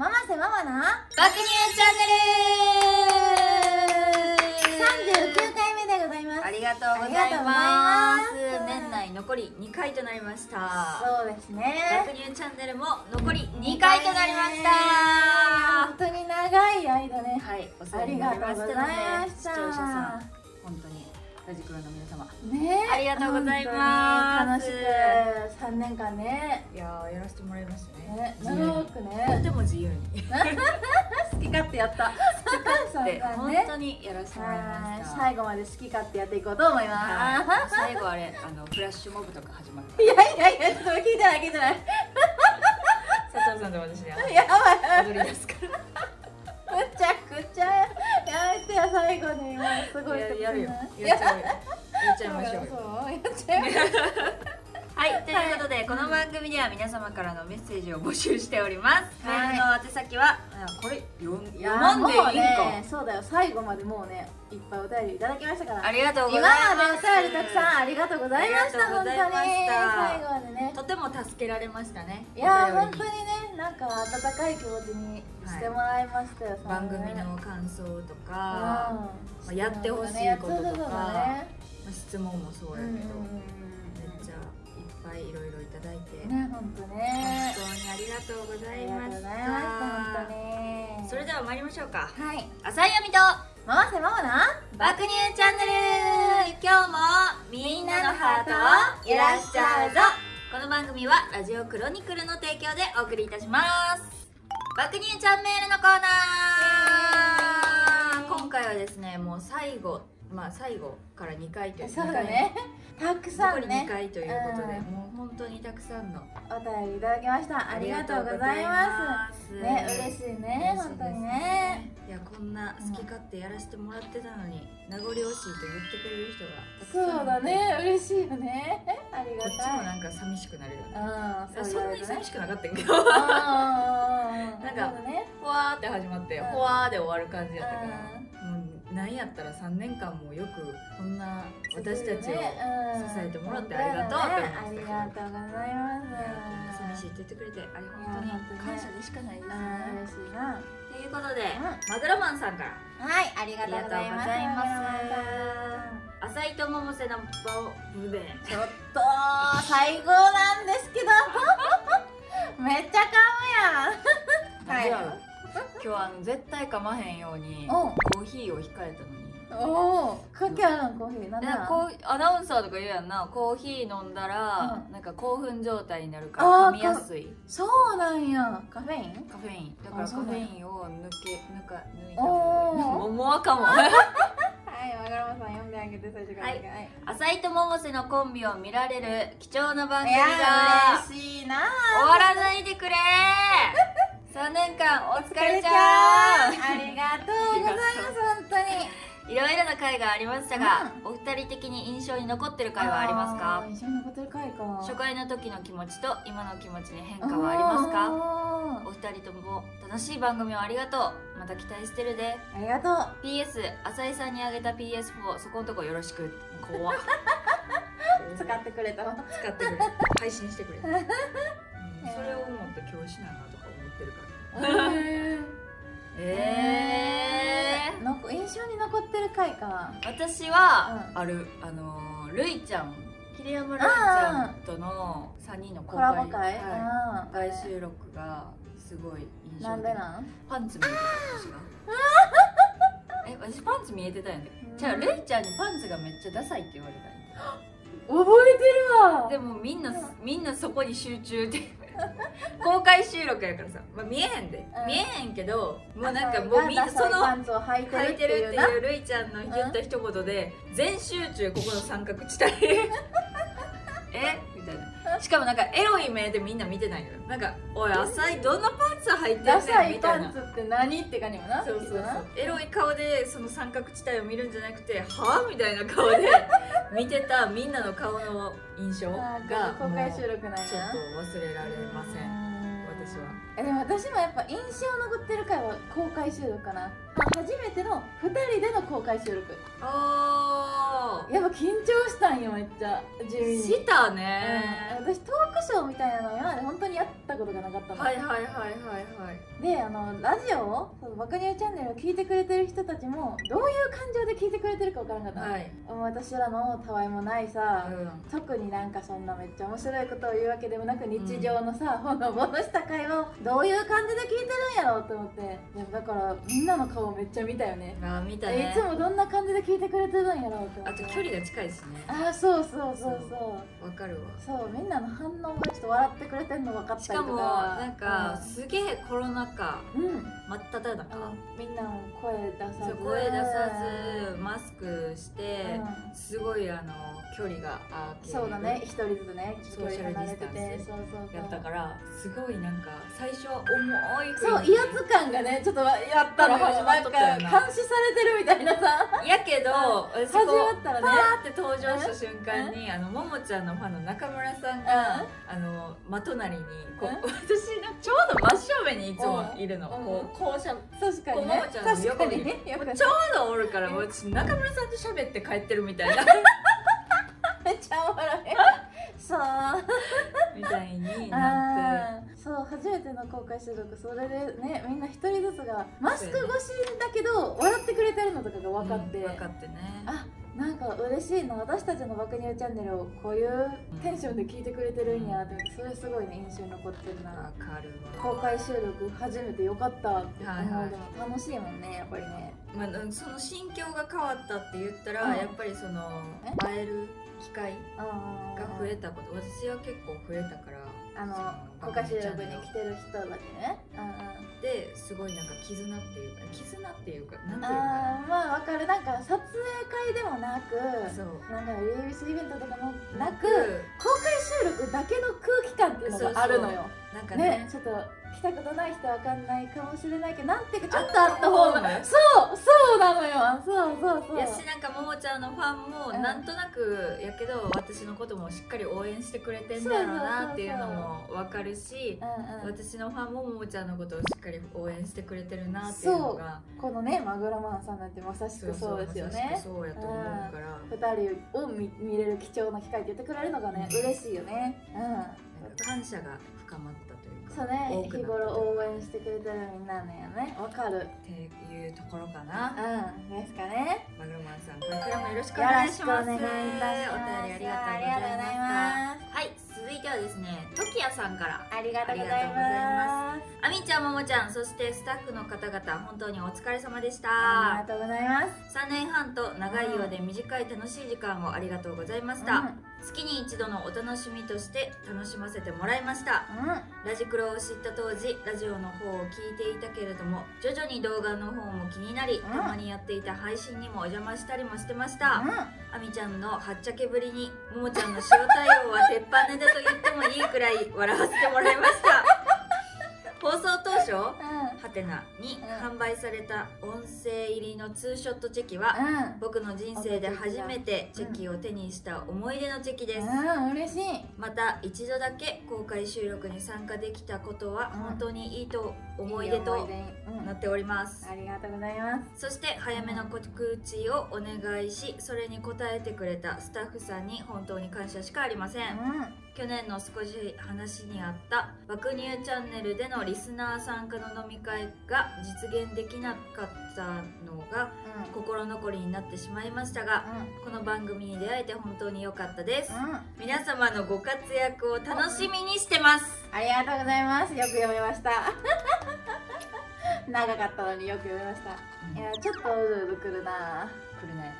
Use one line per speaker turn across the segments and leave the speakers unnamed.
爆乳チャンネ
な
ル
39回目でございます
ありがとうござい
あ
ま
りがとう
す
ございます
年内残り2回となりました
そうです
爆
ね
乳チャンネルも残り2回となりました
本当に長い間ね
はいお世話になりましたので
ありがとうございま
視
した
聴者さん本当にラジクロの皆様
ね
ありがとうございます
本当に楽しく3年間ね
いやーやらせてもらいました
ね
自由に
長く
と
ね
ても自由に 好き勝手やった
好き勝手
で
やった
本
ね
当にやらせてもらいまし
はい
た
最後まで好き勝手やっていこうと思いま
はい最後あれあのフラッシュモブとか始まる
すいやいやいやちょっと聞いてない聞いてない
佐藤さんと私で
やばい
踊り出すから
くちゃくちゃやめてよ最後にもうすごい
や
とこ
やるよ
や
やっちゃうよやっちゃいましょう
そう
よ
やっちゃう
はいということでこの番組では皆様からのメッセージを募集しておりますメ
はい
ールの宛先はあこれ読ん読
いや
まん
も
でいいんか
うねそうだよ最後までもうねいっぱいお便りいただきましたから
ありがとうござ
今
い
ま
ます
でお便りたくさんありがとうございました
あ
本当
り
に
がとうございました
最後までね
とても助けられましたね
いやー
お
本
便り
当にねなんか温かい気持ちにしてもらいましたよ、そ
番組
ね
の感想と
うん
か、まあやってほしいこととか
そうそうそうだね
まあ質問もそう
う
や
ん
け
うん
ど、
うん
めっちゃいっぱいいろいろいただいて、
うんね本当ね
本当にありがとうご
あ
ざい
りが
ま
とう
し
ご
た
ざいました本当に
それでは参りましょうか
はい
浅い闇と
回せママな
爆乳チャンネル今日もみんなのハートをいらっしゃるぞこの番組はラジオクロニクルの提供でお送りいたします爆乳チャンネルのコーナー
イエーイ
今回はですねもう最後まあ最後から2回という
そうだねた
2
く
回
さ
残
ん
り2
ね
回ということで、
うん
もう本当にたくさんの
お便りいただきましたありがとうございますすね嬉しいね
嬉しい
本
です
当にね
いやこんな好き勝手やらせてもらってたのに、名残惜しいと言ってくれる人がたくさ
そ
ん
うだね嬉しいよねあり
こ
が
っちも
た
ないんか寂しくなるよね
うん
そ
言
ん
わ
なに
れるね
寂しくなかったんやけ どほ
なん
なんか
ね、
わーって始まって、
うん
ほわーで終わる感じやったから、もうなんやったら3年間もよくこんな私たちを、支えてもらってありがとうって
あ
思いまし
り
た
がとうございます。
寂しいって言ってくれてあれ本
いや
当
本当
に
ね
感謝でしかないです
う
ね
ん、嬉しいな。
ということで、
う
マグロマンさんから
はい、あり
あ
がとうございます。
浅井と百瀬の場をブベ
ちょっと最高なんですけど、めっちゃ噛むやん。
はい今日はあの絶対噛まへんように
おう
コーヒーを控えたのに
おお、かけあるのコーヒーなん
なんか
だ。
こうアナウンサーとか言うやんなコーヒー飲んだら、
う
なんか興奮状態になるから
あー
噛みやすい
そうなんや、カフェイン？
カフェインだから
あ
カ
そ
フ
うなんや
ェインを抜け抜か抜いた方がいい
おー
桃はかも
はい、わがらまさん読んであげて最初から。
はい
い
浅井と百瀬のコンビを見られる貴重な番
い
組が
やー嬉しいな
終わらないでく れー3年間お疲れち
あ
ゃう
りがとうございます本当 に
いろいろな回がありましたが、お二人的に印象に残ってる回はあります
あ
か
ー印象に残ってる回か
初回の時の気持ちと今の気持ちに変化はありますか
か
お二人とも楽しい番組をありがとうまた期待してるで
ありがとう
PS 浅井さんにあげた PS4 そこのとこよろしく怖っ
使ってくれたわ
使ってくれ配信してく れ、うんそれを思って今日しないなとか思ってるからえー、
なんか印象に残ってる回か
私は、
うん
あるあのーるいちゃん桐山るいちゃんとの3人の公
コ
開
ラボ会
は
あ
い
ー
外収録がすごい印象
なんでなん
パンツ見えてた私がえ私パンツ見えてたんやで
うん
じゃあるいちゃんにパンツがめっちゃダサいって言われたんや
覚えてるわ
でもみんなみんなそこに集中って公開収録やからさ、まあ、見えへんで、
うん
見えへんけどもうなんかもうみんなその
パンツを履いて
書
る
い
ってて
る
い
っ
う
て
な
いうるいちゃんの言った一言で全集中ここの三角地帯 えみたいなしかもなんかエロい目でみんな見てないのよなんか「おい浅井どんなパンツ履いてんね
ダサ
ん」み
い
た
パ
い
ン
な
ツって何って感じもな
そうそう
きっ
そ
とな
うエロい顔でその三角地帯を見るんじゃなくて「はあ?」みたいな顔 で見てたみんなの顔の印象
あ
が
ー公開収
もう
録なんや
ちょっと忘れられません
ん
私は
えでも私もやっぱ印象残ってる回は公開収録かな初めての2人での公開収録
おー
やっぱ緊張したんよめっちゃ住民に
した
うん
ね、
私トークショーみたいなの今まで本当にやったことがなかったの、
はいはいはいはいはい
であのラジオをその爆乳チャンネルを聞いてくれてる人たちもどういう感情で聞いてくれてるか分からんかったの、
はい、
もう私らのたわいもないさ、
う
特になんかそんなめっちゃ面白いことを言うわけでもなく日常のさ、ほのぼのした会話をどういう感じで聞いてるんやろうと思ってでもだからみんなの顔めっちゃ見たよね
ん、あ見たね
いつもどんな感じで聞いてくれてるんやろうと思
あ
って
と距離が近いしね
あーそうそうそうそう
わかるわ
そうみんなの反応がちょっと笑ってくれてんの分かったりとか
しかもなんか、すげえコロナ禍
うん、うん
真っ只中
あのみんなも声出さ
そ
ず
う声出さずマスクして、
うん
すごいあの距離があって
そうだね一人ずつね
ソーシャルディスタンス
離れててそうそうそう
やったからすごいなんか最初重い
そう
雰囲気
威圧感がねちょっとわやったら
うん
なんか
ちょっとや
監
な
視されてるみたいなさ
やけど
始
そこ
まったら
パ
ね
ーって登場した瞬間にあのももちゃんのファンの中村さんが、
うん
あのまとなりにこう
うん
私のちょうど真正面にいつもいるの、
うん
こう校舎ち
確かに
こう
ね
ももちゃんの
確かにね
横
よく
ちょうどおるからもう私中村さんと喋って帰ってるみたい な
めっちゃ笑いそう
みたいになって。
あーそう初めての公開収録それでねみんな一人ずつがマスク越しだけど笑ってくれてるのとかが分かって、
うん分かってね
あなんか嬉しいな私たちの爆乳チャンネルをこういうテンションで聞いてくれてるんやって思ってそれすごいね印象に残ってるな
わかるわ
公開収録初めてよかったって思う
はいはい
でも楽しいもんねやっぱりね
まあ、うんその心境が変わったって言ったら、
うん
やっぱりその
え
会える機会
あ
が増えたこと私は結構増えたから
あの
そ
公開収録
番
に
組チャンネル
来てる人だけねうんうん
ですごいなんか絆っていうか絆っていうかなんていうか
あーまあわかるなんか撮影会でもなく
そう
なんかリリースイベントとかもなく
う
公開収録だけの空気感っていうのがあるのよ
んなんかね
ねちょっと来たことない人はわかんないかもしれないけどなんていうかちょっとあった方が
あった方が
そうそうなのよそうそうそう
いやしなんかももちゃんのファンも
うん
なんとなくやけど私のこともしっかり応援してくれてんだろうなっていうのもわかるし
うんうん、
私のファンもももちゃんのことをしっかり応援してくれてるなっていうのが
このねマグロマンさんなんてまさしくそうですよ
まさし
ね
くそうやと思うから
二人を見見れる貴重な機会って言ってくれるのがね、
うん
嬉しいよね
なんか感謝が深まったという
うん
か
そうね
多く
日
なった
頃
という
応
か
援してくれてるみんなのよねわかる
っていうところか
う
なん
ですかね
マグロマンさんこれからもよろしくお
よ
願
ろ
い
し
し
くお
ま
願
す
いいたします
お便りありがとうございましたはい続いてはですねトキヤさんから
ありがとうございます
あみちゃんももちゃんそしてスタッフの方々本当にお疲れ様でし
あ
た
りがとうございます
3年半と長いようで短い楽しい時間をありがとうございました月に一度のお楽しみとして楽しませてもらいました
うん、うん
ラジクロを知った当時ラジオの方を聞いていたけれども徐々に動画の方も気になり
ん
たまにやっていた配信にもお邪魔したりもしてましたあみちゃんのはっちゃけぶりにももちゃんの塩対応は鉄板ネタと言ってもいいくらい笑わせてもらいました放送当初
う
ハテナに
う
販売された音声入りのツーショットチェキは
んうんうん
僕の人生で初めてチェキを手にした思い出のチェキです
うん嬉しい
また一度だけ公開収録に参加できたことは
うん
本当にいいと思い出
いい
と
思い出うん
なっております
ありがとうございます
そして早めの告知をお願いしそれに応えてくれたスタッフさんに本当に感謝しかありません
う
去年の少し話にあった「爆乳チャンネル」でのリスナー参加の飲み会が実現できなかったのが
んうん
心残りになってしまいましたがこの番組に出会えて本当に良かったです
うんうん
皆様のご活躍を楽しみにしてます
ありがとうございます。よく読めました。長かったのによく読めました。いや、ちょっとうるうるくるな。
来るね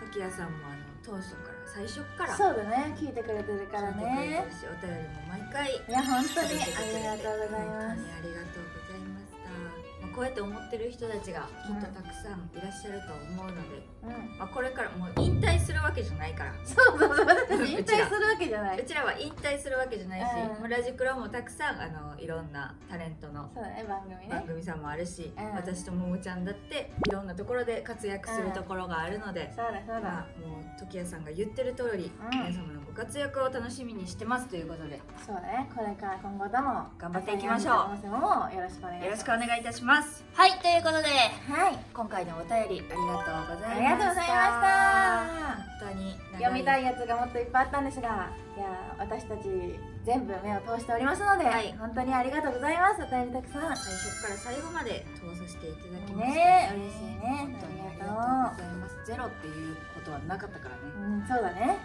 う
時矢さんもあの当初から最初か
ん。
ら
そうだね。聞いてくれてるか
聞
ら
いてく
ね
れて。るしお便りも毎回
いや、本当にありがとうござ
本
いま
当
す
に。ありがとうございました、まあこうやって思ってる人たちがきっとたくさんいらっしゃると思うので、まあ、これからもう引退するわけじゃないから
そうそうそう 私たち引退するわけじゃな
う
い
ちらは引退するわけじゃないし、
う
も
ん
うラジクロもたくさんあのいろんなタレントの
そうだね番組
番
ね
組さんもあるし、
うん
私とももちゃんだっていろんなところで活躍するところがあるので、
そうだそう
ま
だ
あ、もう時矢さんが言ってる通り、
うん
皆様のご活躍を楽しみにしてますということでよ
そうだねこれから今後とも
頑張っていきましょう
朝日アニメの可能性もよろしくお願いします
ろしくお願いいたしますはいということで
はい
今回のお便りありがとうご
あ
ざい
り
ました
がとうございました
本当に長
読みたいやつがもっといっぱいあったんですがいやー私たち全部目を通しておりますので、
はい
本当にありがとうございますお便りたくさん
最初から最後まで通させていただきました
ね嬉しいね
本当にありがとうございますゼロっていうことはなかったからね
うんそうだね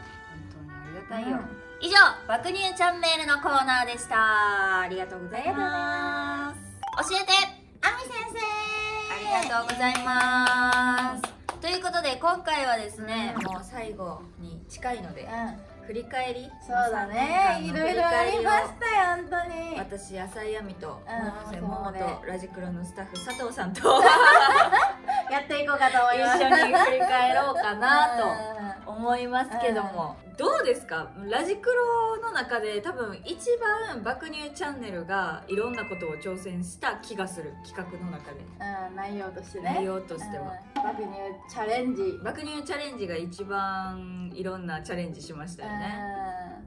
本当にあり
は
がた
い
いよ、以上爆乳チャンネルのコーナーでしたありがとうございます教えて
あみ先生
ありがとうございますということで今回はですね、
うん
もう最後に近いので
うん
振り返り
そうだねい
この3年間の
ろい
振
ろあ
返を
りましたよ本当に
私浅井亜美と百瀬
うん
桃
そうね
とラジクロのスタッフ佐藤さ んと
やっていこうかと思います
一緒に振り返ろうかなと
と
思いますけども、どうですかラジクロの中で多分一番爆乳チャンネルがいろんなことを挑戦した気がする企画の中で
うん、うん、 内容としてね
内容としては、
うん爆乳チャレンジ
爆乳チャレンジが一番いろんなチャレンジしましたよね、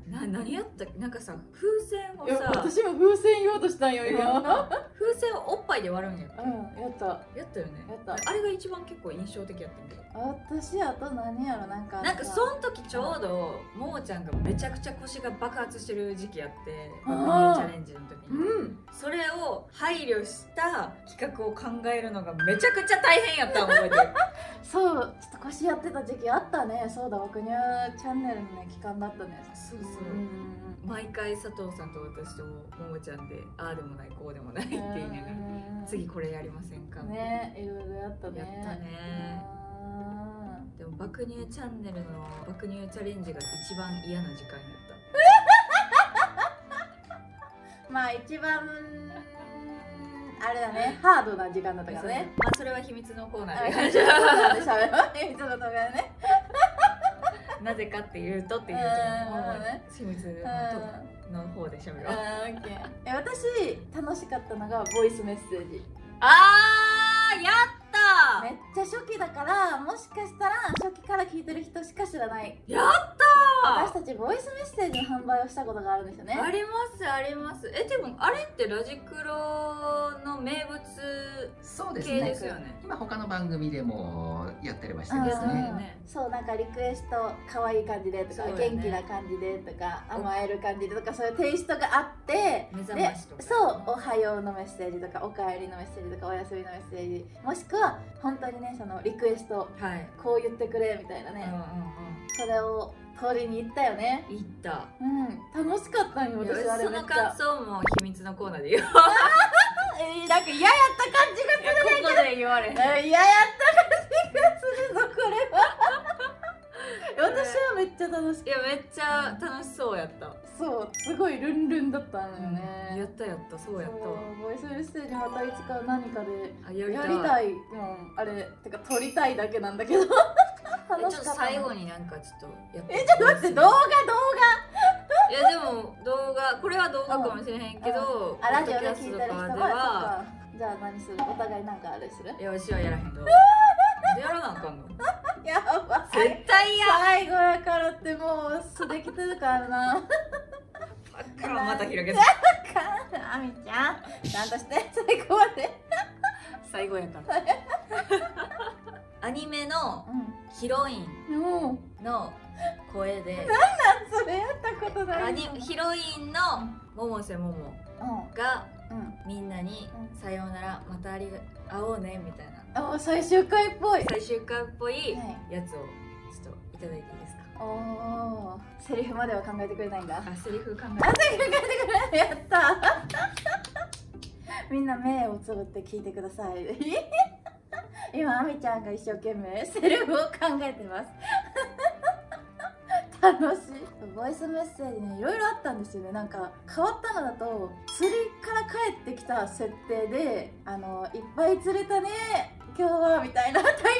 な何やったっけなんかさ風船を
うんいや
さ
私も風船言おうとしたんよ
風
今
船をおっぱいで割るんや
うんやった
やったよね
やった
あれが一番結構印象的やったんだよ
私あと何やろなんか
なんかその時ちょうどももちゃんがめちゃくちゃ腰が爆発してる時期やって
あー
爆乳チャレンジの時に
うん
それを配慮した企画を考えるのがめちゃくちゃ大変やった思いで
そうちょっと腰やってた時期あったねそうだ爆乳チャンネルのね期間だったね
そう
うんうん
毎回佐藤さんと私とももちゃんでああでもないこうでもないって言いながら次これやりませんか
ねいろいろやったね
やったねでも爆乳チャンネルの爆乳チャレンジが一番嫌な時間やっ
うんまあ一番あれだねハードな時間だった
ただか
から
ら
ね
ねまあそれは秘密のコーナーで
はいそうなんで喋ろういつもとかね
なぜかっていうとっていうと
うん
もう
ね
秘密
う
のとの
ん
方でしゃべ
うん
ろうあ
オッケーえ私楽しかったのがボイスメッセージ
あーやった
めっちゃ初期だからもしかしたら初期から聞いてる人しか知らない
や
私たちボイスメッセージの販売をしたことがあるんですよね
ありますありますえでもあれってラジクロの名物
そうです
系で
ね
すよね
今他の番組でもやったりはして
うん
ます
やって
ね
るね
そうなんかリクエスト可愛い感じでとか、
そうだね
元気な感じでとか甘える感じでとかそういうテイストがあって
目覚ましとか
でそう「おはよう」のメッセージとか「おかえり」のメッセージとか「おやすみ」のメッセージもしくは本当にねそのリクエスト
はい
こう言ってくれみたいな
うん
ね、
うん
それを取りに行ったよね
うん行った
うん楽しかったんよ私あれ
そ
めっ
の
ちゃ
感想も秘密のコーナーで 言う
えーなんか嫌やった感じ
こ
が
こで言われへ ん
嫌やった感じがするぞこれは私はめっちゃ楽しかっ
いやめっちゃ楽しそうやった、
たそうすごいルンルンだったのよ
やっ
ね、
たやったそう
そう
やったわ
ボイスメッセージまたいつか何かで
あや
やりた
い
いもんあれてか撮りたいだけなんだけど
え
楽
ちょ
し
っ
か
と
った
最後になんかちょっとやって
えちょっと待って動画動
いやでも動画これは動画かもしれへんけど、
画あラジオで聞い
ポッド
てる人
キャストと
は
か
そ
で
っかじゃあ何するお互いなんかあれする
いやわしはやらへん動画やらなあかんの
やばい
絶対嫌
最後やからってもう素できてるからな
あっからまた広げて
かあみちゃんちゃんとして最後まで
最後やからアニメのヒロイン
うんもう
の声で
それやったことな
ア
い
ニヒロインの百瀬桃
う
が
んうん
みんなに
う
「さようならまたありが会おうね」みたいな
あもう最終回っぽい
最終回っぽい
はい
やつをちょっといただいていいですか
おおセリフまでは考えてくれないん だ考
あセリフ考え
えてくれないやった みんな目をつぶって聞いてください 今あみちゃんが一生懸命セリフを考えてます 楽しいボイスメッセージねいろいろあったんですよねなんか変わったのだと釣りから帰ってきた設定で「あのいっぱい釣れたね今日は」みたいな「 大量だね」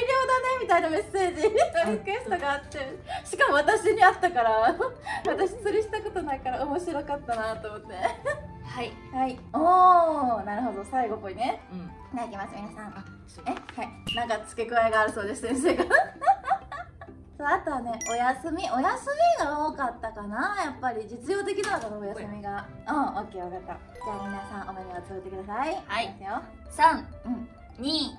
みたいなメッセージのリクエストがあってしかも私にあったから 私釣りしたことないから面白かったなと思って
はい、
はいおーなるほど最後っぽいね
うん、
いただきます皆さん
あそう
えはいなんか付け加えがあるそうです先 生がそうあとはねお休みお休みが多かったかなやっぱり実用的なのかなお休みがうんオッケーわかったじゃあ皆さんお目にはつぶってください
はい
きますよ
三、
うん
二、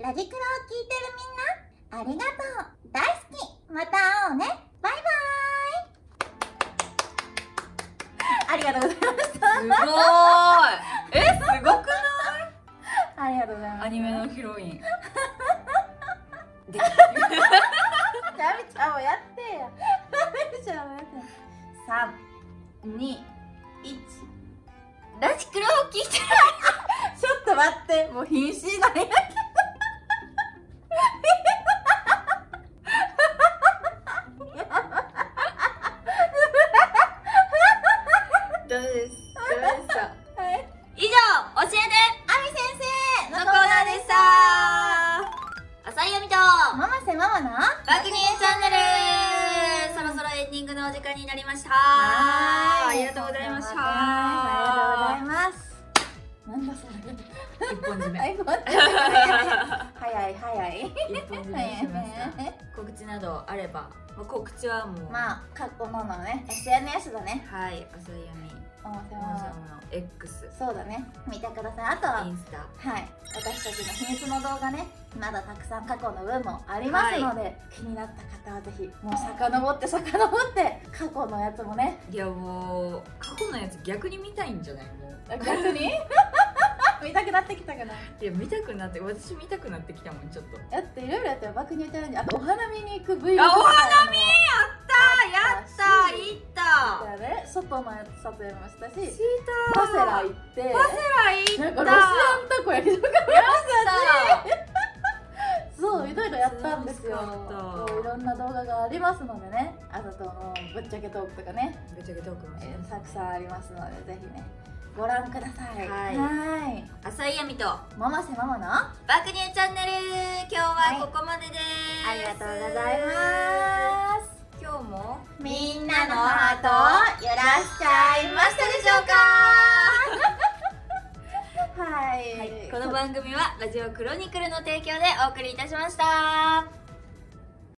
ラジクロを聞いてるみんな、ありがとう。大好き。また会おうね。バイ
ありがとうござい
すごーい。え、 すごく
ますありがとうございます
アニメのヒロイン。
ダメちゃんもやってよダメちゃんもやってよ三二一
ラジクロを聞いてる。
ちょっと待ってもう瀕死なんやけど
ダメです。
ダメでしたはい
以上、教えて、あみ先生のコーナーでした。浅井亜美と、
バーイママセママの
爆乳チャンネル。そろそろエンディングのお時間になりました。
は
あ
ーい
りがとうございました。
ありがとうございますなんだそれ
一本締め
最後 早い早い
一本締めしました。告知などあれば、まあ、告知はもう、
まあ過去ののね SNS だね
はい、浅井亜美、
おもせ
モンちゃんの X、
そうだね見てくださいあとは
インスタ。
はい私たちの秘密の動画ねまだたくさん過去の分もありますので、気になった方はぜひもう遡って遡って過去のやつもね
いやもう過去のやつ逆に見たいんじゃないもう
逆 に 見たくなってきたかない
や見たくなって私見たくなってきたもんちょっと
だっていろいろやったら爆乳チャレンジあとお花見に行く V
あお
花見
あ
やっ
さあ
し
行った
だね外のやつ撮影もしたし
シー
パセラ行って
タ
な
ー行
んか
った
ロシアンたこ焼きとか
行っ
そういろいろやったんですよ
楽しかった
そういろんな動画がありますのでねあとともうぶっちゃけトークとかね
たぶっちゃけトークもして
え
ま
ー
す
たくさんありますのでぜひねご覧ください
はい
は
浅井亜美と
ーいママせママのあ
爆乳チャンネル今日はここまでです、
りがとうございます
す今日も
みん
なのハー
ト揺らしちゃい
いましたでしょうか
はい、
この番組はラジオクロニクルの提供でお送りいたしました